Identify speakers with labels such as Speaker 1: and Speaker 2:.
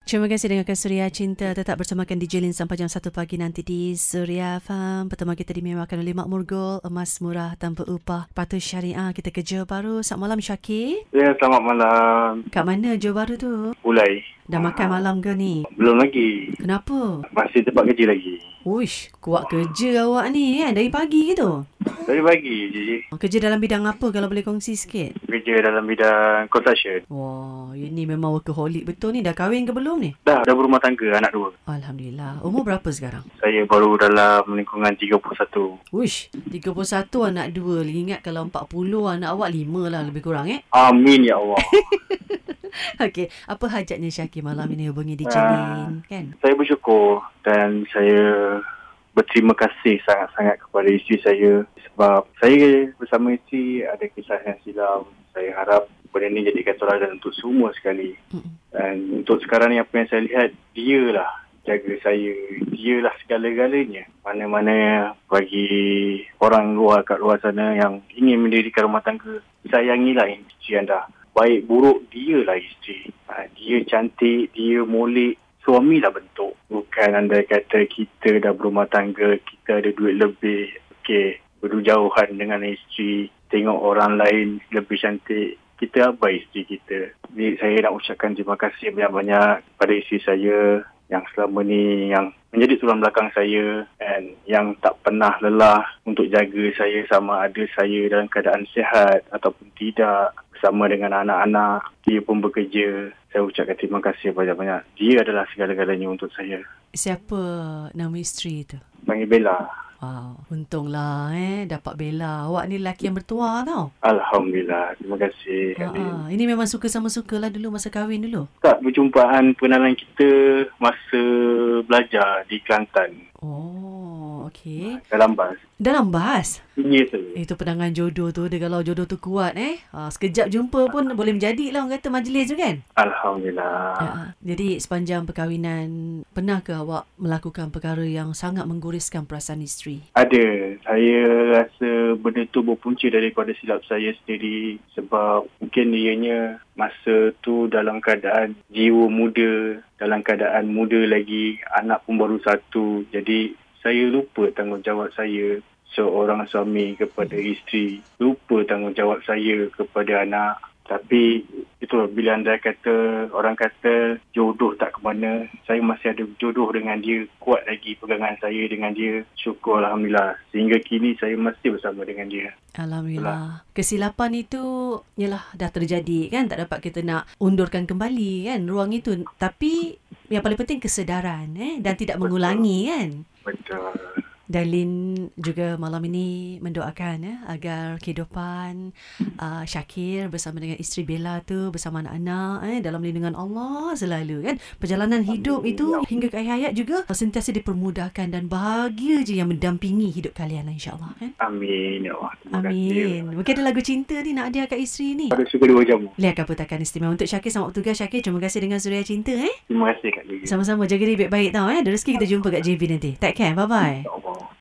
Speaker 1: Terima kasih dengarkan Suria Cinta. Tetap bersama kan DJ Lin sampai jam 1 pagi nanti di Suria Farm. Pertama kita dimewakan oleh Makmur Gold, emas murah tanpa upah, patuh syariah. Kita kerja baru. Selamat malam Syakir.
Speaker 2: Ya, selamat malam.
Speaker 1: Kat mana Johor Baru tu?
Speaker 2: Pulai.
Speaker 1: Dah makan malam ke ni?
Speaker 2: Belum lagi.
Speaker 1: Kenapa?
Speaker 2: Masih tempat kerja lagi.
Speaker 1: Uish, kuat kerja awak ni kan dari pagi gitu.
Speaker 2: Dari pagi je.
Speaker 1: Kerja dalam bidang apa kalau boleh kongsi sikit?
Speaker 2: Kerja dalam bidang construction.
Speaker 1: Wah, ini memang workaholic betul ni. Dah kahwin ke belum ni?
Speaker 2: Dah, dah berumah tangga anak dua.
Speaker 1: Alhamdulillah. Umur berapa sekarang?
Speaker 2: Saya baru dalam lingkungan 31.
Speaker 1: Uish, 31 anak dua. Ingat kalau 40 anak awak 5 lah lebih kurang eh.
Speaker 2: Amin ya Allah.
Speaker 1: Okey, apa hajatnya Syakir malam ini hubungi di
Speaker 2: Ah.
Speaker 1: Jelin kan?
Speaker 2: saya bersyukur dan saya berterima kasih sangat-sangat kepada isteri saya sebab saya bersama isteri ada kisah yang silam. Saya harap benda ni jadikan toladan untuk semua sekali.
Speaker 1: Mm-mm.
Speaker 2: Dan untuk sekarang ni apa yang saya lihat, dialah jaga saya. Dialah segala-galanya. Mana-mana bagi orang luar kat luar sana yang ingin mendirikan rumah tangga, sayangilah isteri anda. Baik buruk, dialah isteri. Ha, dia cantik, dia molek, suamilah bentuk. Bukan anda kata kita dah berumah tangga, kita ada duit lebih. Okey, berjauhan dengan isteri, tengok orang lain lebih cantik kita abai isteri kita. Jadi saya nak ucapkan terima kasih banyak-banyak kepada isteri saya yang selama ni yang menjadi tulang belakang saya and yang tak pernah lelah untuk jaga saya sama ada saya dalam keadaan sihat ataupun tidak bersama dengan anak-anak dia pun bekerja saya ucapkan terima kasih banyak-banyak dia adalah segala-galanya untuk saya
Speaker 1: Siapa nama isteri tu?
Speaker 2: panggil Bella
Speaker 1: Wow, untunglah eh dapat Bella. Awak ni lelaki yang bertuah tau.
Speaker 2: Alhamdulillah terima
Speaker 1: Ha,
Speaker 2: kasih Kak Lin.
Speaker 1: ha. Ini memang suka sama suka lah dulu masa kahwin dulu.
Speaker 2: tak berjumpaan pengenalan kita masa belajar di Kelantan
Speaker 1: Oh, okey.
Speaker 2: dalam bas
Speaker 1: Dalam bas.
Speaker 2: Ya tu.
Speaker 1: Itu penangan jodoh tu. Dia kalau jodoh tu kuat eh. Ha, sekejap jumpa pun boleh menjadi lah orang kata majlis tu kan.
Speaker 2: Alhamdulillah.
Speaker 1: Ya. Jadi sepanjang perkahwinan, pernah ke awak melakukan perkara yang sangat menggoriskan perasaan isteri?
Speaker 2: Ada. Saya rasa benda tu berpunca daripada silap saya sendiri sebab mungkin ianya masa tu dalam keadaan jiwa muda, dalam keadaan muda lagi, anak pun baru satu. Jadi saya lupa tanggungjawab saya seorang suami kepada isteri, lupa tanggungjawab saya kepada anak. Tapi itulah bila anda kata orang kata jodoh tak ke mana saya masih ada jodoh dengan dia kuat lagi pegangan saya dengan dia syukur Alhamdulillah sehingga kini saya masih bersama dengan dia
Speaker 1: Alhamdulillah. Kesilapan itu yalah dah terjadi kan tak dapat kita nak undurkan kembali kan ruang itu tapi yang paling penting kesadaran eh dan tidak
Speaker 2: Betul.
Speaker 1: mengulangi kan.
Speaker 2: betul
Speaker 1: Darlin juga malam ini mendoakan ya agar kehidupan uh, Syakir bersama dengan isteri Bella tu bersama anak-anak eh dalam lindungan Allah selalu kan. Perjalanan hidup
Speaker 2: Amin.
Speaker 1: itu hingga ke akhir hayat juga sentiasa dipermudahkan dan bahagia je yang mendampingi hidup kalian lah insya-Allah kan.
Speaker 2: amin ya Allah terima
Speaker 1: Amin.
Speaker 2: kasih
Speaker 1: Mungkin ada lagu cinta ni nak hadiah kat isteri ni.
Speaker 2: pada suka dua jamu
Speaker 1: Lihat akan putakan istimewa untuk Syakir sama petugas Syakir. Terima kasih dengan Suria Cinta eh.
Speaker 2: Ya. terima kasih Kak Lili
Speaker 1: Sama-sama jaga diri baik-baik tau eh. Ada rezeki kita jumpa kat JB nanti. Take care. Bye-bye.
Speaker 2: Ya Allah